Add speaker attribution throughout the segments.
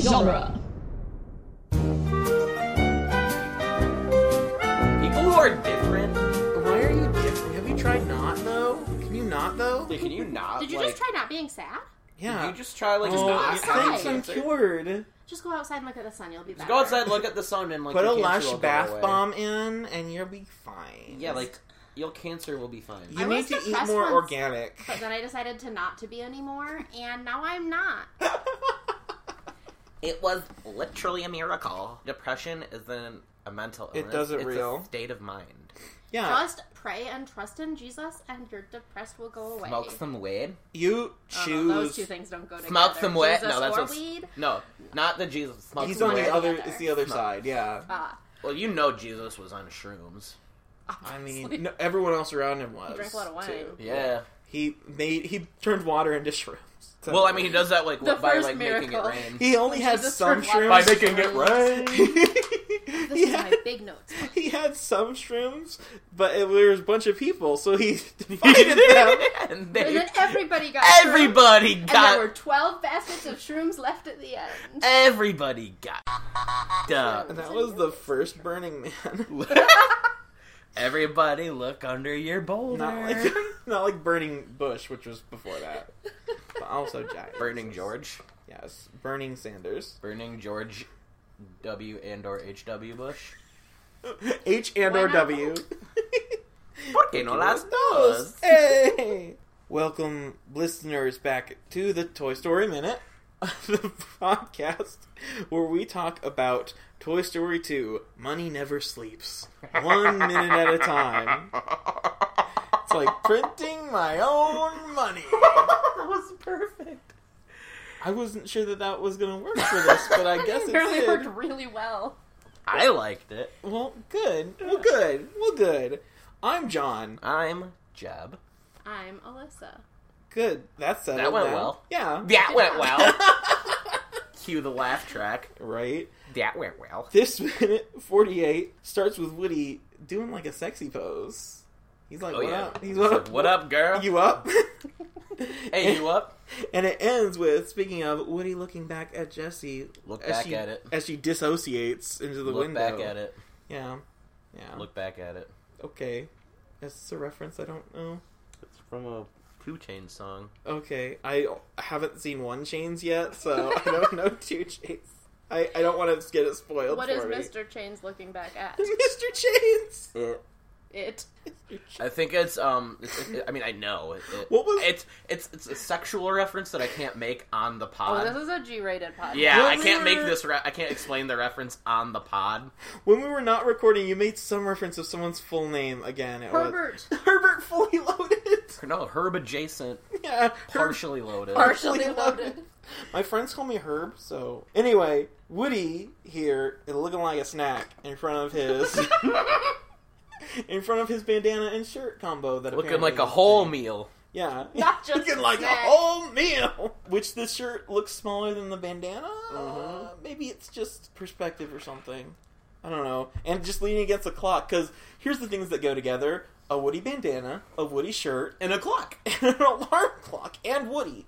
Speaker 1: genre.
Speaker 2: People who are different.
Speaker 3: Why are you different? Have you tried not though? Can you not though?
Speaker 2: Like, can you not?
Speaker 1: Did you
Speaker 2: like,
Speaker 1: just try not being sad?
Speaker 3: Yeah.
Speaker 2: You just try like
Speaker 3: oh,
Speaker 2: not.
Speaker 3: thanks,
Speaker 2: having
Speaker 3: I'm
Speaker 2: cancer.
Speaker 3: cured.
Speaker 1: Just go outside and look at the sun. You'll be
Speaker 2: Just
Speaker 1: better.
Speaker 2: go outside, look at the sun, and like
Speaker 3: Put
Speaker 2: your
Speaker 3: a
Speaker 2: cancer
Speaker 3: lush
Speaker 2: will go
Speaker 3: bath
Speaker 2: away.
Speaker 3: bomb in, and you'll be fine.
Speaker 2: Yeah, like your cancer will be fine.
Speaker 3: you
Speaker 1: I
Speaker 3: need
Speaker 1: was
Speaker 3: to eat
Speaker 1: depressed
Speaker 3: more
Speaker 1: once.
Speaker 3: organic.
Speaker 1: But then I decided to not to be anymore, and now I'm not.
Speaker 2: It was literally a miracle. Depression isn't a mental
Speaker 3: It
Speaker 2: illness.
Speaker 3: doesn't
Speaker 2: it's
Speaker 3: real.
Speaker 2: A state of mind.
Speaker 3: yeah,
Speaker 1: Just pray and trust in Jesus, and your depressed will go away.
Speaker 2: Smoke some weed.
Speaker 3: you
Speaker 1: Oh,
Speaker 3: choose.
Speaker 1: no, those two things don't go together.
Speaker 2: Smoke some weed.
Speaker 1: Jesus
Speaker 2: No, that's
Speaker 1: or
Speaker 2: what's-
Speaker 1: weed.
Speaker 2: No, not the Jesus. Smoke
Speaker 3: He's
Speaker 2: some
Speaker 3: on
Speaker 2: weed.
Speaker 3: the other.
Speaker 1: together.
Speaker 3: It's the other side. Yeah.
Speaker 1: Uh,
Speaker 2: Well, you know Jesus was on shrooms.
Speaker 3: I mean, no, everyone else around him was.
Speaker 1: Ah, drank a lot of wine.
Speaker 3: too.
Speaker 2: Yeah.
Speaker 3: He made he turned water into shrooms. So-
Speaker 2: Well, I mean, he does that like
Speaker 1: The
Speaker 2: by
Speaker 1: first
Speaker 2: like making it
Speaker 1: miracle.
Speaker 2: rain.
Speaker 3: he only
Speaker 1: He
Speaker 3: had
Speaker 1: just
Speaker 3: some
Speaker 1: turned water
Speaker 3: shrooms.
Speaker 1: into making it This
Speaker 3: he,
Speaker 1: is
Speaker 3: had,
Speaker 1: my big notes.
Speaker 3: he had some shrooms, but it, there was a bunch of people, so he divided them.
Speaker 2: and
Speaker 1: And
Speaker 2: they,
Speaker 1: then everybody got shrooms,
Speaker 2: everybody
Speaker 1: and there
Speaker 2: got
Speaker 1: were 12 baskets of shrooms left at the end.
Speaker 2: everybody got
Speaker 1: Shrooms.
Speaker 2: up.
Speaker 3: And that was the first Burning Man.
Speaker 2: Everybody look under your boulder.
Speaker 3: Not like not like Burning Bush, which was before that, but also Jack.
Speaker 2: Burning George,
Speaker 3: Yes, Burning Sanders.
Speaker 2: Burning George, W and or H W Bush.
Speaker 3: H and or
Speaker 1: Why not
Speaker 3: W.
Speaker 2: Porque no las dos?
Speaker 3: Hey! Welcome, listeners, back to the Toy Story Minute, the podcast where we talk about Toy Story 2 Money Never Sleeps, one minute at a time. It's like printing my own money.
Speaker 2: that was perfect.
Speaker 3: I wasn't sure that that was going to work for this, but I guess it
Speaker 1: Apparently
Speaker 3: did.
Speaker 1: worked really well.
Speaker 2: I liked it.
Speaker 3: Well, good. Well, good. Well, good. I'm John.
Speaker 2: I'm Jeb.
Speaker 1: I'm Alyssa.
Speaker 3: Good. That's settled.
Speaker 2: went
Speaker 3: now.
Speaker 2: well.
Speaker 3: Yeah.
Speaker 2: That went well. Cue the laugh track.
Speaker 3: Right.
Speaker 2: That went well.
Speaker 3: This minute 48 starts with Woody doing like a sexy pose. He's like,
Speaker 2: Oh
Speaker 3: what
Speaker 2: yeah.
Speaker 3: up? He's
Speaker 2: He's
Speaker 3: what
Speaker 2: like,
Speaker 3: up?
Speaker 2: what up, girl?
Speaker 3: You up?
Speaker 2: hey, you up?
Speaker 3: and it ends with, speaking of, Woody looking back at Jesse.
Speaker 2: Look
Speaker 3: as
Speaker 2: back
Speaker 3: she,
Speaker 2: at it.
Speaker 3: As she dissociates into the
Speaker 2: Look
Speaker 3: window.
Speaker 2: back at it.
Speaker 3: Yeah. Yeah.
Speaker 2: Look back at it.
Speaker 3: Okay. Is this a reference I don't know?
Speaker 2: It's from a Two Chain song.
Speaker 3: Okay. I haven't seen One Chains yet, so I don't know Two Chains. I, I don't want to get it spoiled
Speaker 1: What
Speaker 3: for
Speaker 1: is
Speaker 3: me.
Speaker 1: Mr. Chains looking back at?
Speaker 3: It's Mr. Chains!
Speaker 1: Uh. It.
Speaker 2: I think it's um. It's, it, I mean, I know. It, it-
Speaker 3: What was-
Speaker 2: It's it's it's a sexual reference that I can't make on the
Speaker 1: Oh,
Speaker 2: pod.
Speaker 1: this is a G-rated podcast.
Speaker 2: yeah,
Speaker 3: What
Speaker 2: I can't
Speaker 3: were-
Speaker 2: make this. Re- I can't explain the reference on the pod.
Speaker 3: When we were not recording, you made some reference of someone's full name again. It
Speaker 1: Herbert.
Speaker 3: Was... Herbert fully loaded.
Speaker 2: No, herb adjacent,
Speaker 3: yeah. Herb
Speaker 2: partially loaded.
Speaker 1: Partially
Speaker 3: fully
Speaker 1: loaded.
Speaker 3: My friends call me Herb, so. Anyway, Woody here is looking like a snack in front of his. in front of his bandana and shirt combo that
Speaker 2: Looking
Speaker 3: apparently
Speaker 2: like a
Speaker 3: is
Speaker 2: whole
Speaker 3: thing.
Speaker 2: meal.
Speaker 3: Yeah.
Speaker 1: Not just
Speaker 3: Looking
Speaker 1: a
Speaker 3: like
Speaker 1: snack.
Speaker 3: a whole meal. Which this shirt looks smaller than the bandana.
Speaker 2: Mhm.
Speaker 3: Maybe it's just perspective or something. I don't know. And just leaning against a clock because here's the things that go together: a Woody bandana, a Woody shirt, and a clock, and an alarm clock, and Woody.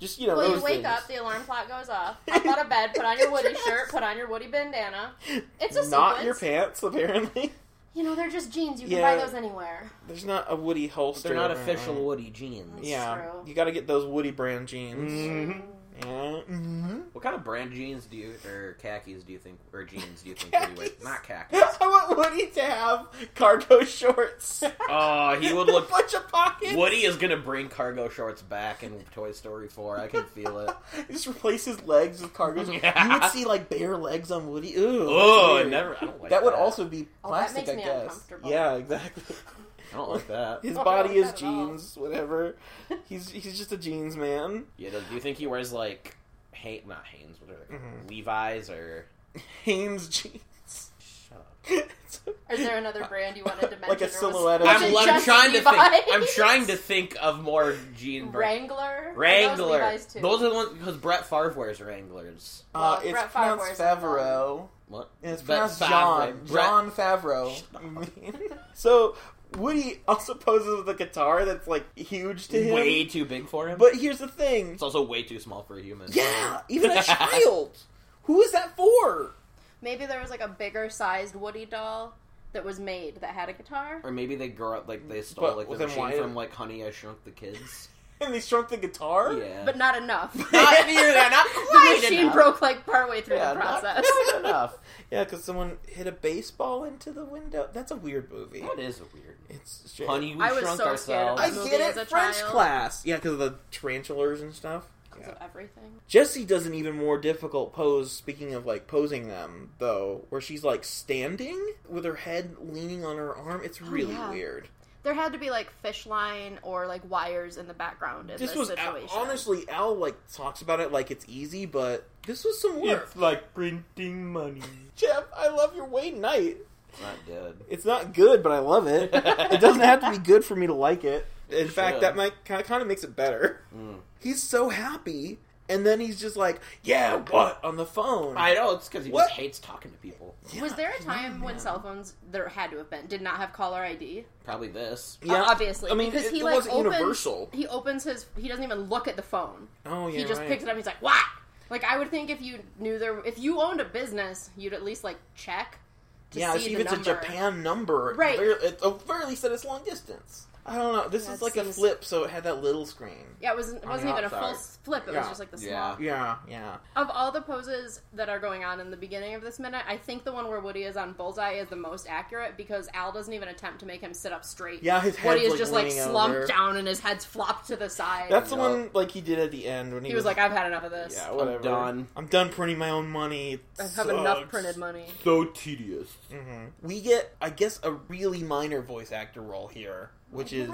Speaker 3: Just you know,
Speaker 1: Well,
Speaker 3: those
Speaker 1: you wake
Speaker 3: things.
Speaker 1: up, the alarm clock goes off. Hop out of bed, put on your Woody
Speaker 3: Yes.
Speaker 1: shirt, put on your Woody bandana. It's a
Speaker 3: Not
Speaker 1: sequence.
Speaker 3: your pants, apparently.
Speaker 1: You know, they're just jeans. You
Speaker 3: Yeah.
Speaker 1: can buy those anywhere.
Speaker 3: There's not a Woody holster.
Speaker 2: They're not
Speaker 3: apparently.
Speaker 2: official Woody jeans.
Speaker 3: Yeah, Mm-hmm.
Speaker 1: True.
Speaker 3: you got to get those Woody brand jeans.
Speaker 2: Mhm.
Speaker 3: Yeah. hmm
Speaker 2: What kind of brand jeans do you or khakis do you think or jeans do you think Woody wears?
Speaker 3: Khakis.
Speaker 2: Not khakis.
Speaker 3: I want Woody to have cargo shorts.
Speaker 2: Oh, he would look.
Speaker 3: bunch of pockets.
Speaker 2: Woody is gonna bring cargo shorts back in Toy Story Four. I can feel it.
Speaker 3: Just replace his legs with cargo. shorts.
Speaker 2: Yeah.
Speaker 3: You would see like bare legs on Woody. Ooh. that's
Speaker 2: Oh, I
Speaker 3: weird.
Speaker 2: never. I don't like
Speaker 3: That would also be
Speaker 1: Oh, that
Speaker 3: plastic,
Speaker 1: makes me
Speaker 3: I guess.
Speaker 1: uncomfortable.
Speaker 3: Yeah, exactly.
Speaker 2: I don't like that.
Speaker 3: His
Speaker 1: I don't
Speaker 3: body
Speaker 1: like
Speaker 3: is
Speaker 1: that at all.
Speaker 3: jeans, whatever. He's he's just a jeans man.
Speaker 2: Yeah, do do you think he wears like Hay- not Hanes, what are they called?
Speaker 3: Mhm.
Speaker 2: Levi's or
Speaker 3: Hanes jeans.
Speaker 2: shut up.
Speaker 3: It's
Speaker 1: Is there another brand you wanted to mention?
Speaker 3: Like a
Speaker 1: or was-
Speaker 3: silhouette of-
Speaker 1: was
Speaker 2: I'm,
Speaker 1: it
Speaker 3: lo-
Speaker 2: I'm
Speaker 1: just
Speaker 2: trying to think.
Speaker 1: Levi's?
Speaker 2: I'm trying to think of more jean brands.
Speaker 1: Wrangler. Those,
Speaker 2: Wrangler.
Speaker 1: Levi's too.
Speaker 2: Those are the ones because Brett Favre wears Wranglers.
Speaker 3: uh,
Speaker 1: Well,
Speaker 3: it's
Speaker 1: Brett Favre
Speaker 3: pronounced
Speaker 1: wears them all.
Speaker 3: Favreau.
Speaker 2: What?
Speaker 3: And it's
Speaker 2: Brett
Speaker 3: pronounced
Speaker 2: Favre.
Speaker 3: John.
Speaker 2: Brett-
Speaker 3: John Favreau. so Woody also poses with a guitar that's like huge to him.
Speaker 2: Way too big for him.
Speaker 3: But here's the thing.
Speaker 2: it's also way too small for a human.
Speaker 3: Yeah, even a child. Who is that for?
Speaker 1: Maybe there was like a bigger sized Woody doll that was made that had a guitar.
Speaker 2: Or maybe they grew up like they stole
Speaker 3: But-
Speaker 2: like
Speaker 3: well,
Speaker 2: the
Speaker 3: then why-
Speaker 2: machine from like Honey I Shrunk the Kids.
Speaker 3: And they shrunk the guitar?
Speaker 2: Yeah,
Speaker 1: But not enough.
Speaker 2: Not near that, not
Speaker 1: the
Speaker 2: quite
Speaker 1: machine
Speaker 2: enough.
Speaker 1: broke like partway through
Speaker 2: yeah,
Speaker 1: the
Speaker 2: not
Speaker 1: process.
Speaker 2: quite enough.
Speaker 3: Yeah, because someone hit a baseball into the window. That's a weird movie.
Speaker 2: That is weird.
Speaker 3: It's straight.
Speaker 2: Honey, we
Speaker 1: I was
Speaker 2: shrunk
Speaker 1: so scared of
Speaker 2: ourselves.
Speaker 3: I
Speaker 1: movie
Speaker 3: get
Speaker 1: as
Speaker 3: it.
Speaker 1: a
Speaker 3: French
Speaker 1: child.
Speaker 3: class. Yeah, because of the tarantulas and stuff.
Speaker 1: 'Cause
Speaker 3: Yeah.
Speaker 1: of everything.
Speaker 3: Jesse does an even more difficult pose, speaking of like posing them, though, where she's like standing with her head leaning on her arm. It's really
Speaker 1: Oh, yeah.
Speaker 3: weird.
Speaker 1: There had to be like fish line or like wires in the background in this,
Speaker 3: This was Al-
Speaker 1: situation.
Speaker 3: honestly Al like talks about it like it's easy, but this was some work.
Speaker 4: like printing money.
Speaker 3: Jeff, I love your way night.
Speaker 2: Not good.
Speaker 3: It's not good, but I love it. it doesn't have to be good for me to like it. Hmm. In
Speaker 2: It
Speaker 3: fact,
Speaker 2: should.
Speaker 3: that might kind of makes it better.
Speaker 2: Mm.
Speaker 3: He's so happy, and then he's just like, "Yeah, what?" on the phone.
Speaker 2: I know it's because he
Speaker 3: What?
Speaker 2: just hates talking to people.
Speaker 3: Yeah,
Speaker 1: was there a
Speaker 3: come on,
Speaker 1: time when
Speaker 3: man.
Speaker 1: cell phones there had to have been did not have caller ID?
Speaker 2: Probably this.
Speaker 1: Uh, obviously.
Speaker 3: I mean,
Speaker 1: because
Speaker 3: it,
Speaker 1: he
Speaker 3: it
Speaker 1: like
Speaker 3: wasn't
Speaker 1: opens,
Speaker 3: universal.
Speaker 1: He opens his. He doesn't even look at the phone.
Speaker 3: Oh yeah,
Speaker 1: he just
Speaker 3: right.
Speaker 1: picks it up. He's like, "What?" Like I would think if you knew there, if you owned a business, you'd at least like check. To
Speaker 3: yeah,
Speaker 1: see
Speaker 3: it's,
Speaker 1: the
Speaker 3: if it's a
Speaker 1: number.
Speaker 3: Japan number, At
Speaker 1: Right.
Speaker 3: the very- at the very least, that it's long distance. I don't know. This
Speaker 1: Yeah,
Speaker 3: is
Speaker 1: it
Speaker 3: like a
Speaker 1: seems-
Speaker 3: flip, so it had that little screen.
Speaker 1: Yeah, it wasn't it
Speaker 2: On
Speaker 1: wasn't
Speaker 2: the
Speaker 1: even a full
Speaker 2: outside.
Speaker 1: s- flip. It was
Speaker 3: Oh, Yeah.
Speaker 1: just like the small.
Speaker 2: Yeah.
Speaker 3: Yeah, yeah.
Speaker 1: Of all the poses that are going on in the beginning of this minute, I think the one where Woody is on bullseye is the most accurate because Al doesn't even attempt to make him sit up straight.
Speaker 3: Yeah, his head's,
Speaker 1: Woody is
Speaker 3: like,
Speaker 1: just like
Speaker 3: leaning
Speaker 1: slumped
Speaker 3: over.
Speaker 1: down and his head's flopped to the side.
Speaker 3: That's the
Speaker 2: Yup.
Speaker 3: one like he did at the end when he,
Speaker 1: he was like, "I've had enough of this.
Speaker 3: "Yeah,
Speaker 2: I'm
Speaker 3: whatever.
Speaker 2: done."
Speaker 3: I'm done printing my own money. It
Speaker 1: I have enough
Speaker 3: sucks."
Speaker 1: printed money."
Speaker 4: So tedious.
Speaker 3: Mhm. We get, I guess, a really minor voice actor role here, which is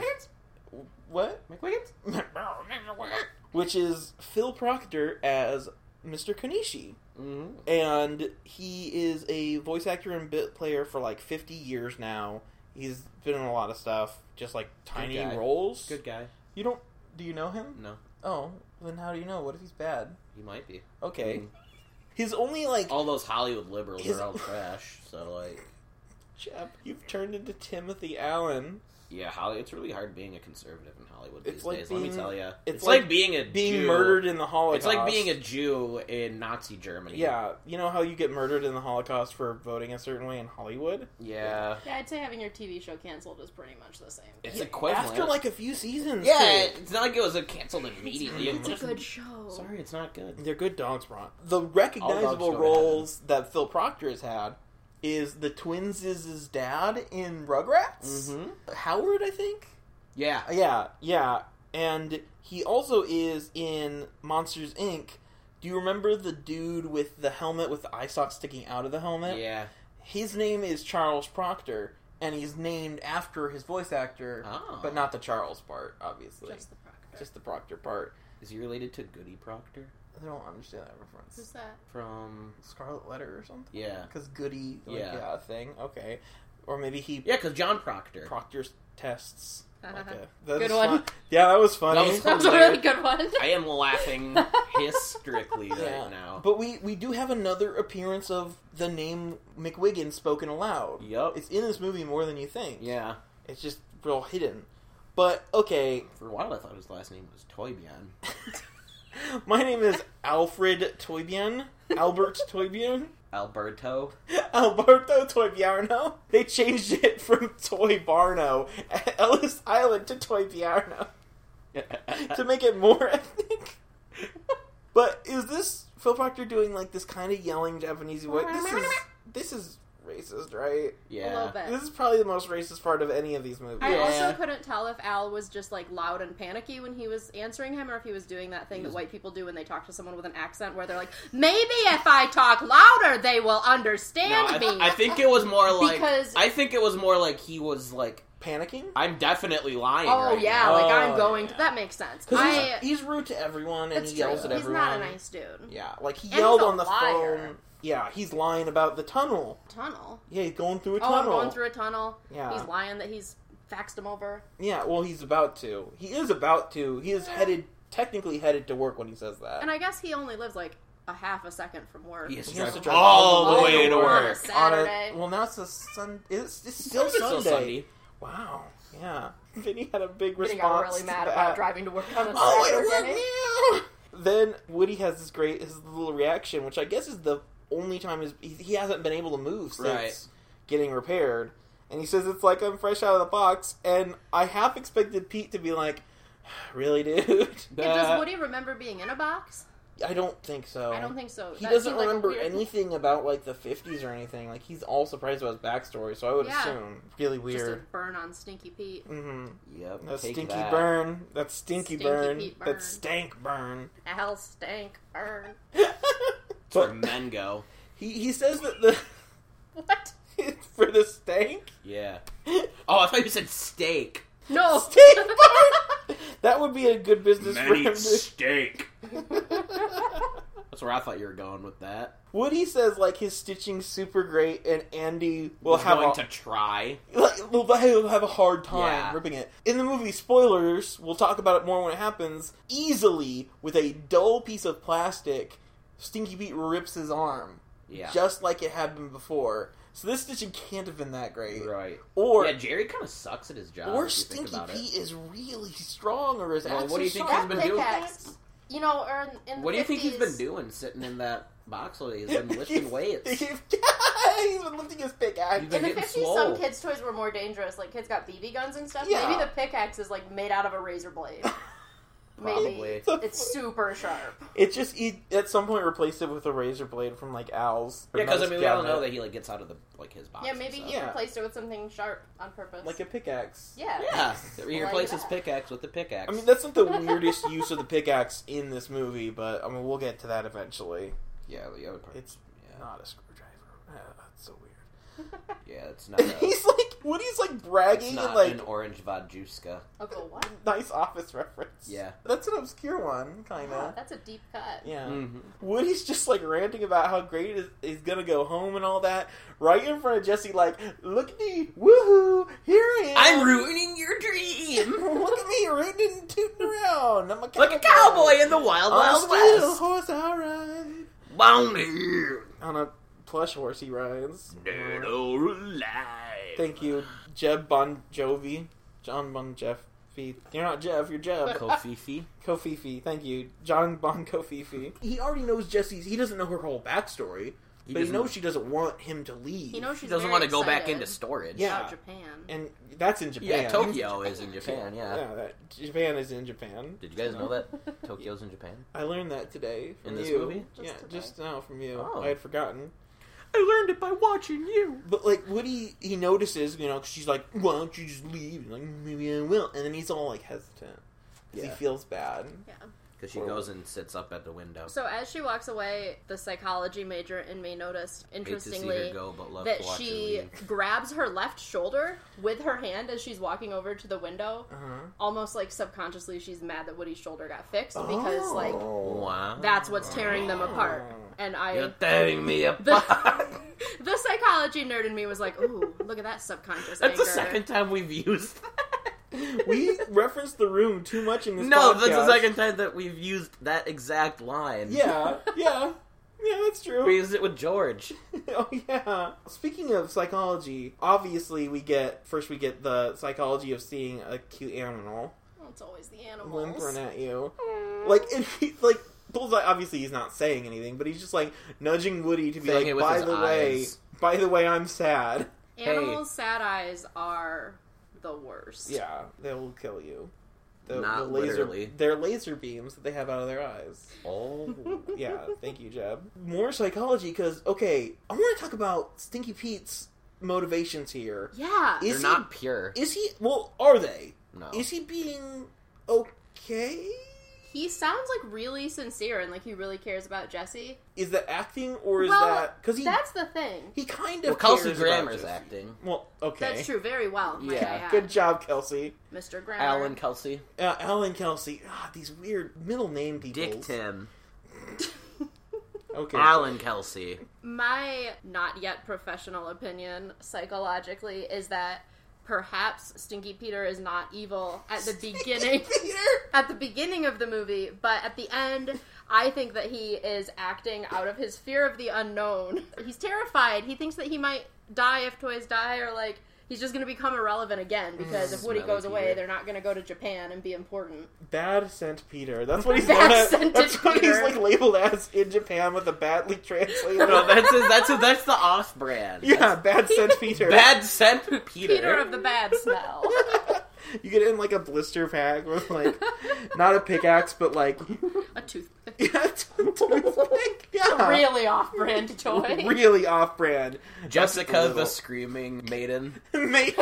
Speaker 3: what?
Speaker 2: McWiggins?
Speaker 3: Which is Phil Proctor as Mr. Kanishi.
Speaker 2: Mm-hmm.
Speaker 3: and he is a voice actor and bit player for like 50 years now. He's been in a lot of stuff, just like tiny
Speaker 2: guy.
Speaker 3: roles.
Speaker 2: Good guy.
Speaker 3: You don't? Do you know him?
Speaker 2: No,
Speaker 3: Oh, then how do you know? What if he's bad?
Speaker 2: he might be.
Speaker 3: Okay,
Speaker 2: Mm.
Speaker 3: his only like
Speaker 2: All those Hollywood liberals
Speaker 3: His-
Speaker 2: are all trash. So like,
Speaker 3: Shep, you've turned into Timothy Allen.
Speaker 2: yeah, Holly. It's really hard being a conservative in Hollywood
Speaker 3: It's
Speaker 2: these
Speaker 3: like
Speaker 2: days. let
Speaker 3: being-
Speaker 2: me tell you, it's,
Speaker 3: it's
Speaker 2: like,
Speaker 3: like
Speaker 2: being a
Speaker 3: Being
Speaker 2: Jew.
Speaker 3: murdered in the Holocaust.
Speaker 2: It's like being a Jew in Nazi Germany.
Speaker 3: yeah. You know how you get murdered in the Holocaust for voting a certain way in Hollywood?
Speaker 2: yeah.
Speaker 1: Yeah, I'd say having your TV show canceled is pretty much the same.
Speaker 2: It's
Speaker 3: Yeah,
Speaker 2: equivalent.
Speaker 3: after like a few seasons.
Speaker 2: yeah,
Speaker 3: too.
Speaker 2: it's not like it was uh, canceled immediately.
Speaker 1: It's a
Speaker 2: It's-
Speaker 1: good show.
Speaker 2: Sorry, it's not good.
Speaker 3: They're good dogs, Ron. The
Speaker 2: All dogs go
Speaker 3: recognizable
Speaker 2: to
Speaker 3: roles that Phil Proctor has had is the twins' dad in Rugrats, Howard, I think.
Speaker 2: Mm-hmm. Yeah,
Speaker 3: Mm-hmm. Yeah, yeah, and he also is in Monsters Inc. Do you remember the dude with the helmet with the eye sock sticking out of the helmet?
Speaker 2: yeah.
Speaker 3: His name is Charles Proctor, and he's named after his voice actor,
Speaker 2: Oh.
Speaker 3: but not the Charles part, obviously,
Speaker 1: Just the Proctor.
Speaker 3: Uh-huh. just the Proctor part.
Speaker 2: Is he related to Goody Proctor
Speaker 3: I don't understand that reference.
Speaker 1: Who's that?
Speaker 2: from?
Speaker 3: Scarlet Letter or something?
Speaker 2: Yeah,
Speaker 3: Because Goody, like, yeah.
Speaker 2: Yeah.
Speaker 3: thing. Okay. Or maybe he
Speaker 2: yeah, because John Proctor.
Speaker 3: proctors tests. Like a, that
Speaker 1: Uh-huh. Good
Speaker 3: was
Speaker 1: one.
Speaker 3: fun- Yeah, that was funny.
Speaker 2: That was
Speaker 1: That's a really good one.
Speaker 2: I am laughing hysterically
Speaker 3: Yeah.
Speaker 2: right now.
Speaker 3: But we, we do have another appearance of the name McWiggin spoken aloud.
Speaker 2: Yup.
Speaker 3: It's in this movie more than you think.
Speaker 2: Yeah.
Speaker 3: It's just real hidden. But, okay,
Speaker 2: For a while, I thought his last name was Toybian.
Speaker 3: my name is Alfred Toybian. Albert Toybian.
Speaker 2: Alberto.
Speaker 3: Alberto Toybiarno. They changed it from Toy Barno, Ellis Island, to Toybiarno. to make it more ethnic. but is this Phil Proctor doing like this kind of yelling Japanese voice? This is this is racist, right?
Speaker 1: A little
Speaker 2: yeah.
Speaker 1: bit.
Speaker 3: This is probably the most racist part of any of these movies.
Speaker 1: I also
Speaker 2: Yeah.
Speaker 1: couldn't tell if Al was just like loud and panicky when he was answering him, or if he was doing that thing that white people do when they talk to someone with an accent, where they're like, "Maybe if I talk louder, they will
Speaker 2: No,
Speaker 1: understand
Speaker 2: I,
Speaker 1: me."
Speaker 2: I think it was more like
Speaker 1: Because-
Speaker 2: I think it was more like he was like
Speaker 3: Panicking?
Speaker 2: I'm definitely lying.
Speaker 1: oh
Speaker 2: right
Speaker 1: yeah,
Speaker 2: now.
Speaker 3: Oh,
Speaker 1: like I'm going.
Speaker 3: yeah.
Speaker 1: to... That makes sense.
Speaker 3: Because
Speaker 1: I.
Speaker 3: he's, he's rude to everyone and
Speaker 1: That's
Speaker 3: he
Speaker 1: true.
Speaker 3: yells
Speaker 1: He's
Speaker 3: at everyone.
Speaker 1: not a nice dude.
Speaker 3: Yeah, like he
Speaker 1: he's
Speaker 3: yelled
Speaker 1: a
Speaker 3: on the
Speaker 1: liar.
Speaker 3: phone. Yeah, he's lying about the tunnel.
Speaker 1: Tunnel.
Speaker 3: Yeah, he's going through a
Speaker 1: Oh, I'm
Speaker 3: tunnel.
Speaker 1: going through a tunnel.
Speaker 3: Yeah.
Speaker 1: He's lying that he's faxed him over.
Speaker 3: Yeah, well, he's about to. He is about to. He is headed, technically headed to work when he says that.
Speaker 1: And I guess he only lives like a half a second from work.
Speaker 2: He has to
Speaker 3: He has
Speaker 2: drive
Speaker 3: to drive
Speaker 2: all,
Speaker 1: all
Speaker 2: the way to
Speaker 1: the way to
Speaker 2: work.
Speaker 1: work.
Speaker 3: On a-
Speaker 1: Saturday.
Speaker 3: well, now it's a sun. It's, it's still,
Speaker 2: Still
Speaker 3: Sunday.
Speaker 2: Sunday.
Speaker 3: Wow. Yeah. Vinny had a big
Speaker 1: Vinny
Speaker 3: response.
Speaker 1: got really
Speaker 3: to
Speaker 1: mad
Speaker 3: that. Oh,
Speaker 1: about driving to work on a
Speaker 3: I'm all the way to
Speaker 1: Saturday.
Speaker 3: work now. Then Woody has this great his little reaction, which I guess is the only time his he, he hasn't been able to move since
Speaker 2: Right.
Speaker 3: getting repaired. And he says it's like I'm fresh out of the box, and I half expected Pete to be like, "Really, dude?
Speaker 1: And does Woody remember being in a box?
Speaker 3: I don't think so.
Speaker 1: I don't think so.
Speaker 3: he
Speaker 1: Oh, That
Speaker 3: doesn't
Speaker 1: seemed like a
Speaker 3: remember
Speaker 1: weird-
Speaker 3: anything about like the 50s or anything. Like he's all surprised about his backstory, so I would
Speaker 1: Yeah.
Speaker 3: assume really
Speaker 1: Just a
Speaker 3: weird.
Speaker 1: burn on Stinky Pete.
Speaker 3: hmm
Speaker 2: Yep.
Speaker 3: That
Speaker 2: take
Speaker 3: stinky
Speaker 2: that.
Speaker 3: burn. That stinky,
Speaker 1: Stinky
Speaker 3: burn.
Speaker 1: Pete burn.
Speaker 3: That stank burn.
Speaker 1: Al stank burn.
Speaker 2: For Mengo.
Speaker 3: he he says that the
Speaker 1: What?
Speaker 3: for the stank
Speaker 2: Yeah. Oh, I thought you said steak.
Speaker 1: No.
Speaker 3: stank burn. that would be a good business for him.
Speaker 4: Many
Speaker 3: To...
Speaker 4: steak.
Speaker 2: That's where I thought you were going with that.
Speaker 3: Woody says like his stitching's super great, and Andy will
Speaker 2: Was
Speaker 3: have
Speaker 2: going
Speaker 3: a,
Speaker 2: to try.
Speaker 3: like, will will have a hard time
Speaker 2: Yeah.
Speaker 3: ripping it. In the movie, spoilers, we'll talk about it more when it happens. Easily, with a dull piece of plastic, Stinky Pete rips his arm,
Speaker 2: Yeah.
Speaker 3: just like it had been before. So this stitching can't have been that great.
Speaker 2: right.
Speaker 3: Or
Speaker 2: yeah, Jerry kind of sucks at his job.
Speaker 3: or
Speaker 2: if you think
Speaker 3: Stinky
Speaker 2: about it.
Speaker 3: Pete is really strong, or his
Speaker 2: Well,
Speaker 3: axe
Speaker 2: what do
Speaker 3: is
Speaker 2: you think
Speaker 3: sharp.
Speaker 2: he's been doing?
Speaker 1: Pickaxe. You know, or in, in the
Speaker 2: What do you think he's been
Speaker 1: 50s.
Speaker 2: doing sitting in that box all day? He's been lifting weights.
Speaker 3: he's been lifting his pickaxe.
Speaker 2: He's been
Speaker 1: In the
Speaker 2: getting
Speaker 1: 50s,
Speaker 2: swole.
Speaker 1: some kids' toys were more dangerous. Like, kids got BB guns and stuff.
Speaker 3: Yeah.
Speaker 1: Maybe the pickaxe is, like, made out of a razor blade.
Speaker 2: Probably.
Speaker 1: Maybe. It's super sharp.
Speaker 3: It just he at some point replaced it with a razor blade from like Al's.
Speaker 2: Yeah, because I mean, we all
Speaker 3: cabinet.
Speaker 2: know that he like gets out of the like his box.
Speaker 1: Yeah,
Speaker 2: and
Speaker 1: maybe
Speaker 2: stuff.
Speaker 1: he
Speaker 3: Yeah.
Speaker 1: replaced it with something sharp on purpose.
Speaker 3: like a pickaxe.
Speaker 1: yeah.
Speaker 2: Yeah, he
Speaker 1: Like
Speaker 2: replaces
Speaker 1: that.
Speaker 2: pickaxe with the pickaxe.
Speaker 3: I mean, that's not the weirdest use of the pickaxe in this movie, but I mean, we'll get to that eventually.
Speaker 2: yeah, the other part.
Speaker 3: It's
Speaker 2: yeah,
Speaker 3: not a screwdriver. Ah, that's so weird.
Speaker 2: yeah, it's not. A,
Speaker 3: he's like, Woody's like bragging
Speaker 2: it's
Speaker 3: and
Speaker 2: not
Speaker 3: like,
Speaker 2: an orange vodjuska.
Speaker 1: Uncle what?
Speaker 3: nice office reference.
Speaker 2: Yeah.
Speaker 3: That's an obscure one, kind
Speaker 1: Wow,
Speaker 3: of.
Speaker 1: that's a deep cut.
Speaker 3: Yeah.
Speaker 2: Mm-hmm.
Speaker 3: Woody's just like ranting about how great it is, he's gonna go home and all that, right in front of Jesse, like, look at me, woohoo, here I am.
Speaker 2: I'm ruining your dream.
Speaker 3: Look at me rooting and tooting around. I'm a cowboy.
Speaker 2: like a cowboy in the wild,
Speaker 3: I'm
Speaker 2: wild
Speaker 3: still a
Speaker 2: west.
Speaker 3: horse I ride.
Speaker 2: Bound here,
Speaker 3: on a plush horse he rides.
Speaker 4: Dead or alive.
Speaker 3: Thank you, Jeb Bon Jovi. John Bon Jeffy. You're not Jeff, you're Jeb.
Speaker 2: Kofifi.
Speaker 3: Kofifi. Thank you, John Bon Kofifi. He already knows Jesse's. He doesn't know her whole backstory,
Speaker 2: He
Speaker 3: but he
Speaker 2: doesn't-
Speaker 3: knows she doesn't want him to leave.
Speaker 1: He knows
Speaker 2: He
Speaker 1: she's
Speaker 2: doesn't
Speaker 1: want to
Speaker 2: go back into storage.
Speaker 3: Yeah.
Speaker 1: About Japan.
Speaker 3: and that's in
Speaker 2: yeah.
Speaker 3: Japan.
Speaker 2: Tokyo is in Japan.
Speaker 3: Yeah,
Speaker 2: Yeah.
Speaker 3: that, Japan is in Japan.
Speaker 2: Did you guys know that Tokyo's in Japan?
Speaker 3: I learned that today from
Speaker 2: In this
Speaker 3: you.
Speaker 2: movie?
Speaker 1: Just
Speaker 3: yeah,
Speaker 1: today.
Speaker 3: just now from you.
Speaker 2: Oh.
Speaker 3: I had forgotten.
Speaker 2: I learned it by watching you.
Speaker 3: But like Woody, he notices, you know, 'cause she's like, "Why don't you just leave?" And like, maybe I will. And then he's all like hesitant 'cause
Speaker 2: Yeah.
Speaker 3: he feels bad.
Speaker 2: Because she goes and sits up at the window.
Speaker 1: So as she walks away, the psychology major in me noticed,
Speaker 2: Hate to see her
Speaker 1: interestingly,
Speaker 2: go, but love
Speaker 1: that
Speaker 2: to watch her
Speaker 1: she
Speaker 2: leave.
Speaker 1: grabs her left shoulder with her hand as she's walking over to the window.
Speaker 3: Uh-huh.
Speaker 1: Almost like subconsciously, she's mad that Woody's shoulder got fixed because,
Speaker 3: Oh.
Speaker 1: like,
Speaker 2: Wow.
Speaker 1: that's what's tearing them apart. And I.
Speaker 2: You're tearing me
Speaker 1: the,
Speaker 2: apart.
Speaker 1: the psychology nerd in me was like, "Ooh, look at that subconscious
Speaker 2: That's the
Speaker 1: anger."
Speaker 2: second time we've used that.
Speaker 3: we referenced the room too much in this.
Speaker 2: no,
Speaker 3: podcast.
Speaker 2: that's the second time that we've used that exact line.
Speaker 3: Yeah, yeah, yeah. That's
Speaker 2: We
Speaker 3: true.
Speaker 2: used it with George.
Speaker 3: oh yeah. Speaking of psychology, obviously we get first we get the psychology of seeing a cute animal
Speaker 1: Well, It's always the animals.
Speaker 3: whimpering at you, like and he like. Bullseye, obviously, he's not saying anything, but he's just like nudging Woody to be
Speaker 2: Saying it
Speaker 3: like,
Speaker 2: with
Speaker 3: "By
Speaker 2: his
Speaker 3: the
Speaker 2: eyes.
Speaker 3: way, by the way, I'm sad."
Speaker 1: Animals' sad eyes are the worst.
Speaker 3: Yeah, they will kill you.
Speaker 2: Not
Speaker 3: laser,
Speaker 2: literally.
Speaker 3: Their laser beams that they have out of their eyes.
Speaker 2: Oh.
Speaker 3: Yeah, thank you, Jeb. More psychology, because, okay, I want to talk about Stinky Pete's motivations here.
Speaker 1: Yeah.
Speaker 2: They're
Speaker 3: Is
Speaker 2: not Oh. pure.
Speaker 3: Is he, well, are they?
Speaker 2: No.
Speaker 3: Is he being okay?
Speaker 1: He sounds like really sincere and like he really cares about Jesse.
Speaker 3: Is that acting, or is
Speaker 1: Well,
Speaker 3: that, because he,
Speaker 1: That's the thing.
Speaker 3: he kind of
Speaker 2: Well, Kelsey
Speaker 3: cares about
Speaker 2: Grammer's
Speaker 3: Jesse.
Speaker 2: acting.
Speaker 3: Well, okay.
Speaker 1: That's true. Very well. might
Speaker 2: Yeah,
Speaker 1: I add.
Speaker 3: Good job, Kelsey.
Speaker 1: Mr. Grammar.
Speaker 2: Alan Kelsey.
Speaker 3: Uh, Alan Kelsey. Ah, these weird middle name people.
Speaker 2: Dick Tim.
Speaker 3: Okay.
Speaker 2: Alan Kelsey.
Speaker 1: My not yet professional opinion, psychologically, is that perhaps Stinky Peter is not evil at the beginning.
Speaker 3: Peter!
Speaker 1: at the beginning of the movie, but at the end, I think that he is acting out of his fear of the unknown. He's terrified. He thinks that he might die if toys die, or like he's just going to become irrelevant again because if Woody
Speaker 2: Smelly
Speaker 1: goes away,
Speaker 2: Peter.
Speaker 1: they're not going to go to Japan and be important.
Speaker 3: Bad sent Peter. That's what he's
Speaker 1: Bad
Speaker 3: known as-
Speaker 1: scented
Speaker 3: That's what he's
Speaker 1: Peter.
Speaker 3: like labeled as in Japan with a badly translated.
Speaker 2: No, that's a, that's a, that's the off brand.
Speaker 3: yeah, bad sent Peter.
Speaker 2: Bad scent Peter.
Speaker 1: Peter of the bad smell.
Speaker 3: You get it in like a blister pack with like not a pickaxe, but like
Speaker 1: a toothpick.
Speaker 3: yeah, toothpick. Yeah.
Speaker 1: Really off-brand toy.
Speaker 3: really off-brand.
Speaker 2: Jessica
Speaker 3: That's
Speaker 2: the
Speaker 3: brutal.
Speaker 2: screaming maiden.
Speaker 3: Mate,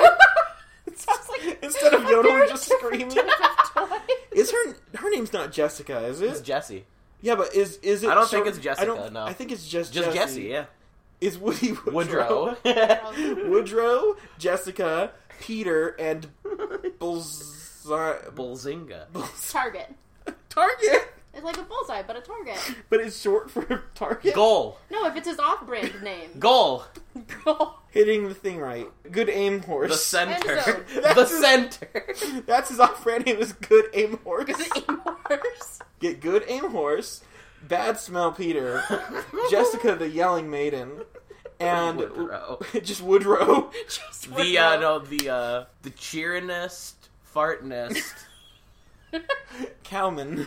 Speaker 1: Sounds like
Speaker 3: Instead of
Speaker 1: a
Speaker 3: yodeling,
Speaker 1: very
Speaker 3: just
Speaker 1: different
Speaker 3: screaming.
Speaker 1: type of toy.
Speaker 3: is her her name's not Jessica, is
Speaker 2: It's
Speaker 3: it?
Speaker 2: Jesse.
Speaker 3: Yeah, but is is it?
Speaker 2: I don't
Speaker 3: so-
Speaker 2: think it's Jessica,
Speaker 3: I don't,
Speaker 2: no.
Speaker 3: I think it's just
Speaker 2: Just Jesse,
Speaker 3: Jessie.
Speaker 2: yeah.
Speaker 3: Is Woody Woodrow?
Speaker 2: Woodrow.
Speaker 3: Woodrow, Jessica, Peter, and Bullseye.
Speaker 2: Bolzinga.
Speaker 3: Bulls-
Speaker 1: Target.
Speaker 3: Target,
Speaker 1: It's like a bullseye, but a target.
Speaker 3: but it's short for Target.
Speaker 2: Goal.
Speaker 1: No, if it's his off-brand name.
Speaker 2: Goal.
Speaker 3: Hitting the thing right. Good aim horse.
Speaker 2: The center.
Speaker 1: End
Speaker 2: the center.
Speaker 3: That's his off-brand name. Is good aim horse.
Speaker 1: Amorphs.
Speaker 3: Get good aim horse. Bad smell Peter. Jessica the yelling maiden. And
Speaker 2: Woodrow.
Speaker 3: just Woodrow.
Speaker 1: Just
Speaker 2: The uh no the uh the cheerinest, fartinest
Speaker 3: Cowman.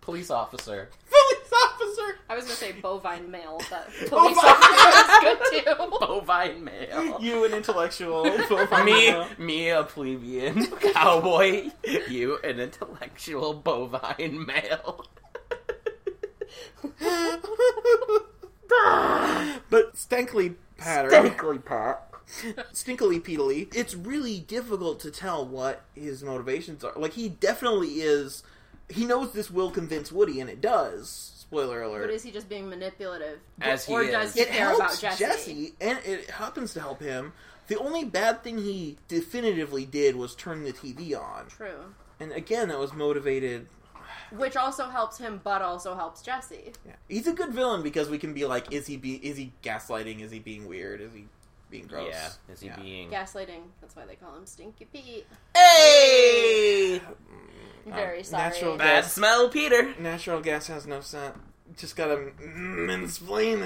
Speaker 2: police officer.
Speaker 3: Police officer.
Speaker 1: I was gonna say bovine male, but
Speaker 3: Bovine.
Speaker 1: police officer is good too.
Speaker 2: Bovine male.
Speaker 3: You an intellectual.
Speaker 2: me me a plebeian cowboy. You an intellectual bovine male.
Speaker 3: but Stankly Patter. Stankly Pat. Stinkily Peedily. It's really difficult to tell what his motivations are. Like, he definitely is. He knows this will convince Woody, and it does. Spoiler alert.
Speaker 1: But is he just being manipulative?
Speaker 2: As he
Speaker 1: or
Speaker 2: is.
Speaker 1: does he
Speaker 3: it
Speaker 1: care
Speaker 3: helps
Speaker 1: about Jesse?
Speaker 3: Jesse, and it happens to help him. The only bad thing he definitively did was turn the TV on.
Speaker 1: True.
Speaker 3: And again, that was motivated
Speaker 1: Which also helps him, but also helps Jesse.
Speaker 3: Yeah. He's a good villain because we can be like, is he be is he gaslighting? Is he being weird? Is he being gross?
Speaker 2: Yeah. Is he
Speaker 3: Yeah.
Speaker 2: being
Speaker 1: Gaslighting. That's why they call him Stinky Pete.
Speaker 2: Hey
Speaker 1: I'm very
Speaker 3: Um,
Speaker 1: sorry.
Speaker 3: natural gas-
Speaker 2: Bad smell Peter.
Speaker 3: Natural gas has no scent. Just gotta mansplain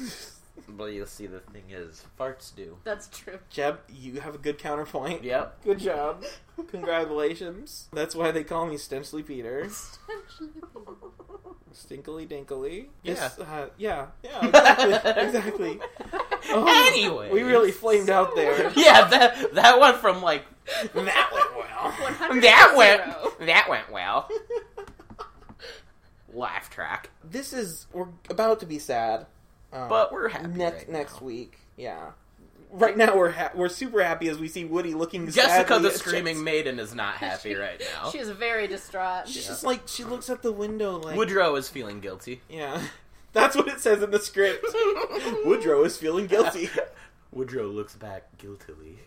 Speaker 3: it.
Speaker 2: Well you'll see the thing is farts do.
Speaker 1: That's true.
Speaker 3: Jeb, you have a good counterpoint.
Speaker 2: Yep.
Speaker 3: Good job. Congratulations. That's why they call me Stenchly Peter. Stinkily Dinkily. Yes, uh, yeah. Yeah. Exactly. exactly. Oh,
Speaker 2: anyway.
Speaker 3: We really flamed out there.
Speaker 2: Yeah, that that one from like
Speaker 3: that went well.
Speaker 2: that
Speaker 1: Zero.
Speaker 2: went that went well. Laugh track,
Speaker 3: this is we're about to be sad, um,
Speaker 2: but we're happy
Speaker 3: next
Speaker 2: right
Speaker 3: next
Speaker 2: now.
Speaker 3: week, yeah. Right now we're ha- we're super happy as we see Woody looking.
Speaker 2: Jessica,
Speaker 3: sadly
Speaker 2: the
Speaker 3: at
Speaker 2: screaming
Speaker 3: Jess-
Speaker 2: maiden, is not happy right now.
Speaker 1: She is very distraught.
Speaker 3: She's just like she looks at the window like
Speaker 2: Woodrow is feeling guilty.
Speaker 3: yeah. That's what it says in the script. Woodrow is feeling guilty.
Speaker 2: Woodrow looks back guiltily.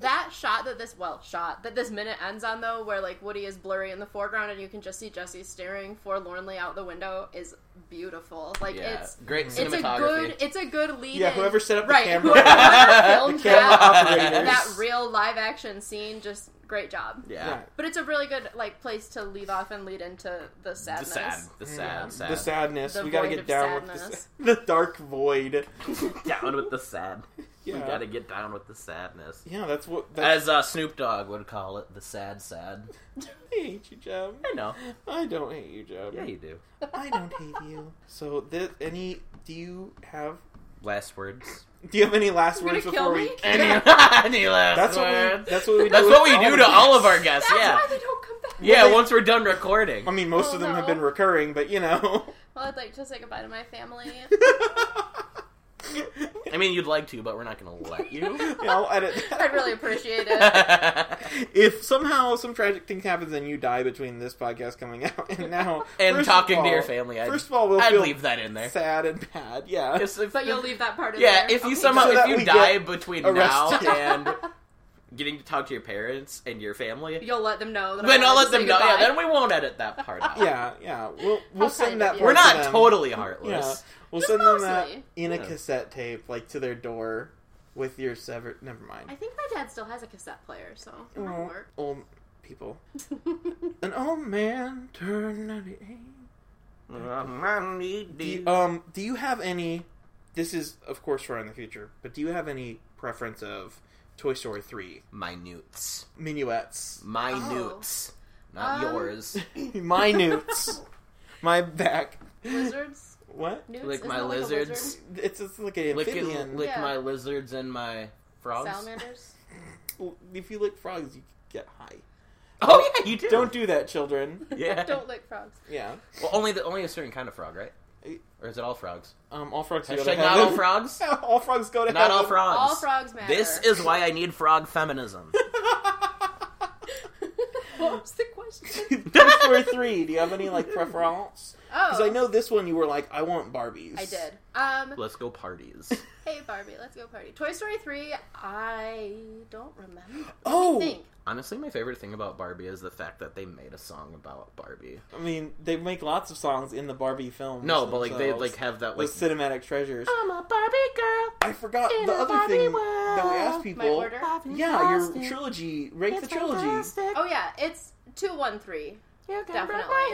Speaker 1: That shot that this well shot that this minute ends on though, where like Woody is blurry in the foreground and you can just see Jesse staring forlornly out the window, is beautiful. Like
Speaker 2: yeah,
Speaker 1: it's
Speaker 2: great
Speaker 1: it's a
Speaker 2: cinematography.
Speaker 1: good it's a good lead.
Speaker 3: Yeah,
Speaker 1: in.
Speaker 3: whoever set up the
Speaker 1: right,
Speaker 3: camera.
Speaker 1: whoever filmed
Speaker 3: camera
Speaker 1: that,
Speaker 3: operators.
Speaker 1: that real live action scene, just great job.
Speaker 2: yeah,
Speaker 1: But it's a really good like place to leave off and lead into the
Speaker 2: the
Speaker 1: sadness.
Speaker 2: sad, the sad,
Speaker 1: Yeah.
Speaker 2: sad.
Speaker 3: The sadness.
Speaker 1: The
Speaker 3: we gotta
Speaker 1: void
Speaker 3: get
Speaker 1: of
Speaker 3: down
Speaker 1: sadness.
Speaker 3: with the, the dark void.
Speaker 2: down with the sad.
Speaker 3: Yeah.
Speaker 2: You gotta get down with the sadness.
Speaker 3: Yeah, that's what. That's,
Speaker 2: As uh, Snoop Dogg would call it, the sad, sad.
Speaker 3: I hate you, Jeb.
Speaker 2: I know.
Speaker 3: I don't hate you, Jeb.
Speaker 2: Yeah, you do.
Speaker 3: I don't hate you. So, this, any? Do you have?
Speaker 2: Last words.
Speaker 3: Do you have any last
Speaker 1: You're
Speaker 3: words
Speaker 1: gonna
Speaker 3: before
Speaker 1: kill
Speaker 3: we?
Speaker 1: me?
Speaker 2: Any,
Speaker 1: Yeah.
Speaker 2: any last
Speaker 3: That's what
Speaker 2: words?
Speaker 3: we. That's what we. Do
Speaker 2: That's
Speaker 3: with
Speaker 2: what we do to
Speaker 3: of
Speaker 2: all of our guests.
Speaker 1: That's
Speaker 2: yeah,
Speaker 1: why they don't come back.
Speaker 2: yeah.
Speaker 3: they-
Speaker 2: once we're done recording,
Speaker 3: I mean, most
Speaker 1: Oh,
Speaker 3: of them have
Speaker 1: no.
Speaker 3: been recurring, but you know.
Speaker 1: Well, I'd like to say goodbye to my family.
Speaker 2: I mean, you'd like to, but we're not going to let you.
Speaker 3: Yeah, I'll edit. That.
Speaker 1: I'd really appreciate it.
Speaker 2: and
Speaker 3: If somehow some tragic thing happens and you die between this podcast coming out and now first of
Speaker 2: talking to
Speaker 3: all-
Speaker 2: your family, I'd,
Speaker 3: first of all, we'll
Speaker 2: I'd
Speaker 3: feel
Speaker 2: leave that in there.
Speaker 3: sad and bad. Yeah,
Speaker 2: Yes, if-
Speaker 1: But you'll leave that part in
Speaker 2: yeah,
Speaker 1: there.
Speaker 2: if you
Speaker 1: Okay.
Speaker 2: somehow
Speaker 3: So that
Speaker 2: if
Speaker 3: we
Speaker 2: you die
Speaker 3: get
Speaker 2: between
Speaker 3: arrested.
Speaker 2: now and getting to talk to your parents and your family,
Speaker 1: You'll let them know. That I
Speaker 2: then I'll
Speaker 1: wanted
Speaker 2: let
Speaker 1: to
Speaker 2: them
Speaker 1: say
Speaker 2: know. Yeah,
Speaker 1: goodbye.
Speaker 2: then we won't edit that part out.
Speaker 3: yeah, yeah. We'll we'll
Speaker 1: How
Speaker 3: send
Speaker 1: kind
Speaker 3: that.
Speaker 1: of you.
Speaker 2: we're
Speaker 3: part to
Speaker 2: not
Speaker 3: them.
Speaker 2: totally
Speaker 3: Yeah,
Speaker 2: heartless.
Speaker 3: we'll
Speaker 1: Just
Speaker 3: send them that
Speaker 1: mostly.
Speaker 3: in a
Speaker 2: Yeah.
Speaker 3: cassette tape, like to their door, with your severed. Never mind.
Speaker 1: I think my dad still has a cassette player, so it might
Speaker 3: Oh,
Speaker 1: work.
Speaker 3: old people. An old man turned 98. uh, Do you, um, do you have any? This is, of course, far in the future, but do you have any preference of Toy Story 3.
Speaker 2: Minutes.
Speaker 3: Minuets.
Speaker 2: Minutes. Not
Speaker 1: Um,
Speaker 2: yours.
Speaker 3: Minutes. My back.
Speaker 1: Lizards?
Speaker 3: What?
Speaker 1: Newts?
Speaker 2: Like
Speaker 1: Isn't
Speaker 2: my
Speaker 1: it like a
Speaker 2: lizards.
Speaker 1: lizard?
Speaker 3: It's, it's like an
Speaker 2: Lick,
Speaker 3: amphibian.
Speaker 2: and, lick
Speaker 1: Yeah.
Speaker 2: my lizards and my frogs.
Speaker 1: Salamanders?
Speaker 3: If you lick frogs, you get high.
Speaker 2: Oh yeah, you do.
Speaker 3: Don't do that, children.
Speaker 2: Yeah.
Speaker 1: Don't lick frogs.
Speaker 3: Yeah.
Speaker 2: Well, only the, only a certain kind of frog, right? Or is it all frogs?
Speaker 3: Um, all frogs go to
Speaker 2: Hashtag
Speaker 3: heaven.
Speaker 2: not all frogs.
Speaker 3: all frogs go to
Speaker 2: Not
Speaker 3: heaven.
Speaker 2: all frogs.
Speaker 1: All frogs matter.
Speaker 2: This is why I need frog feminism.
Speaker 1: what was the question?
Speaker 3: Toy Story 3, do you have any, like, preference? Because
Speaker 1: Oh,
Speaker 3: I know this one you were like, I want Barbies.
Speaker 1: I did. Um,
Speaker 2: Let's go parties.
Speaker 1: hey Barbie, let's go party. Toy Story three, I don't remember.
Speaker 3: Oh!
Speaker 1: Think.
Speaker 2: Honestly, my favorite thing about Barbie is the fact that they made a song about Barbie.
Speaker 3: I mean, they make lots of songs in the Barbie films.
Speaker 2: No, but like they
Speaker 3: themselves.
Speaker 2: like have that
Speaker 3: the
Speaker 2: like
Speaker 3: cinematic treasures.
Speaker 1: Oh,
Speaker 2: I'm a Barbie girl.
Speaker 3: I forgot
Speaker 2: in
Speaker 3: the
Speaker 2: a
Speaker 3: other
Speaker 2: Barbie
Speaker 3: thing
Speaker 2: world.
Speaker 3: that we asked people.
Speaker 1: My order.
Speaker 3: Yeah, your trilogy. Rank the trilogy.
Speaker 1: Oh yeah, it's two one three.
Speaker 5: You can
Speaker 1: Definitely.
Speaker 5: break my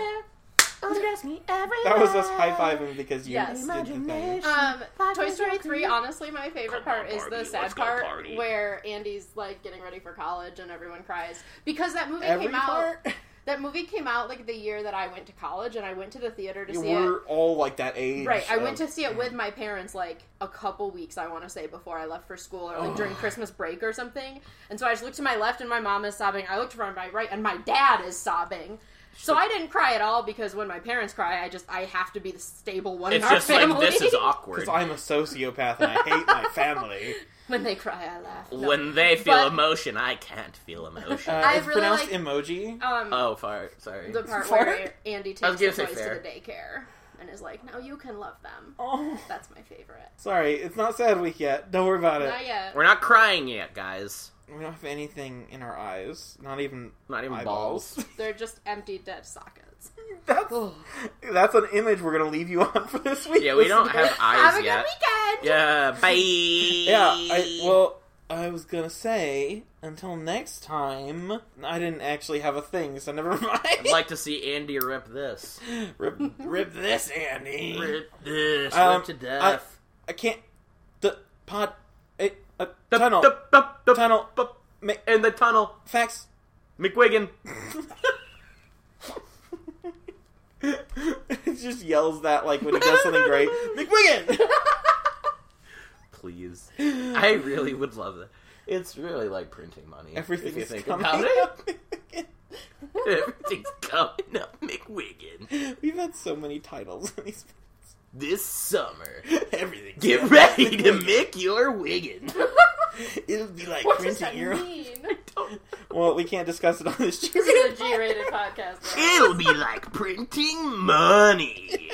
Speaker 5: hair, undress me every
Speaker 3: That was us
Speaker 5: night.
Speaker 3: high fiving because you
Speaker 1: Yes.
Speaker 3: did the thing.
Speaker 5: Imagination.
Speaker 1: Um,
Speaker 5: Five
Speaker 1: Toy
Speaker 5: days
Speaker 1: Story
Speaker 5: you'll
Speaker 1: three.
Speaker 5: create-
Speaker 1: Honestly, my favorite
Speaker 4: Come on,
Speaker 1: part is
Speaker 4: Barbie,
Speaker 1: the sad
Speaker 4: let's go
Speaker 1: part
Speaker 4: party.
Speaker 1: where Andy's like getting ready for college and everyone cries because that movie
Speaker 3: Every
Speaker 1: came out.
Speaker 3: part.
Speaker 1: That movie came out like the year that I went to college and I went to the theater to
Speaker 3: You
Speaker 1: see it.
Speaker 3: were all like that age.
Speaker 1: Right, I went
Speaker 3: of-
Speaker 1: to see it with my parents like a couple weeks, I want to say, before I left for school or like during Christmas break or something. And so I just looked to my left and my mom is sobbing. I looked to my right and my dad is sobbing. So I didn't cry at all because when my parents cry, I just I have to be the stable one
Speaker 4: It's
Speaker 1: in our
Speaker 4: just
Speaker 1: family.
Speaker 4: like this is awkward.
Speaker 3: Because I'm a sociopath and I hate my family.
Speaker 1: when they cry, I laugh. No.
Speaker 4: When they feel
Speaker 1: But-
Speaker 4: emotion, I can't feel emotion.
Speaker 3: Uh,
Speaker 1: I
Speaker 3: it's
Speaker 1: really
Speaker 3: pronounced
Speaker 1: like-
Speaker 3: emoji.
Speaker 1: um,
Speaker 2: Oh, far. Sorry.
Speaker 1: the part
Speaker 3: Fart?
Speaker 1: where Andy
Speaker 2: I was
Speaker 1: takes the
Speaker 2: gonna
Speaker 1: boys
Speaker 2: say
Speaker 1: to
Speaker 2: fair.
Speaker 1: the daycare and is like, "Now you can love them."
Speaker 3: Oh,
Speaker 1: That's my favorite.
Speaker 3: sorry, it's not sad week yet. Don't worry about it.
Speaker 1: Not yet.
Speaker 2: We're not crying yet, guys.
Speaker 3: We don't have anything in our eyes. Not even
Speaker 2: Not even
Speaker 3: eyeballs.
Speaker 2: balls.
Speaker 1: They're just empty dead sockets.
Speaker 3: That's, that's an image we're gonna leave you on for this week.
Speaker 2: Yeah, we don't
Speaker 3: listener.
Speaker 2: have
Speaker 1: Have
Speaker 2: eyes
Speaker 1: a good
Speaker 2: yet.
Speaker 1: weekend.
Speaker 2: Yeah, bye.
Speaker 3: Yeah, I, well, I was gonna say until next time. I didn't actually have a thing, so never mind.
Speaker 2: I'd like to see Andy rip this.
Speaker 3: rip, rip this, Andy.
Speaker 2: Rip this.
Speaker 3: Um,
Speaker 2: rip to death.
Speaker 3: I can't. The pod. It, uh,
Speaker 2: The
Speaker 3: tunnel.
Speaker 2: the- the- the-
Speaker 3: tunnel.
Speaker 2: the-
Speaker 3: Ma-
Speaker 2: in the tunnel.
Speaker 3: facts.
Speaker 2: McWiggin.
Speaker 3: it just yells that like when he does something great. McWiggin.
Speaker 2: Please. I really would love that. It's really like printing money.
Speaker 3: Everything
Speaker 2: if you
Speaker 3: is
Speaker 2: think
Speaker 3: coming.
Speaker 2: about it.
Speaker 3: up McWiggin.
Speaker 2: Everything's coming up, McWiggin.
Speaker 3: We've had so many titles. in these-
Speaker 2: This summer.
Speaker 3: Everything.
Speaker 2: Get ready to make your wiggin.
Speaker 3: It'll be like
Speaker 1: What does that
Speaker 3: printing your.
Speaker 1: mean?
Speaker 3: Well, we can't discuss it on this show.
Speaker 1: This is a G-rated podcast. right?
Speaker 2: It'll be like printing money.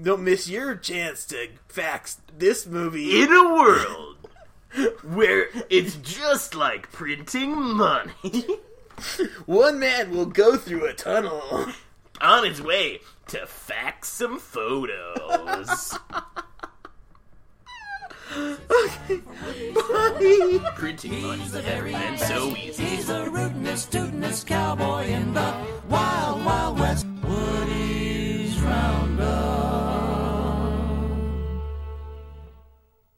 Speaker 3: Don't miss your chance to fax this movie.
Speaker 2: In a world where it's just like printing money
Speaker 3: One man will go through a tunnel.
Speaker 2: on its way to fax some photos. Printing money.
Speaker 6: He's a rootin'est, tootin'est cowboy in the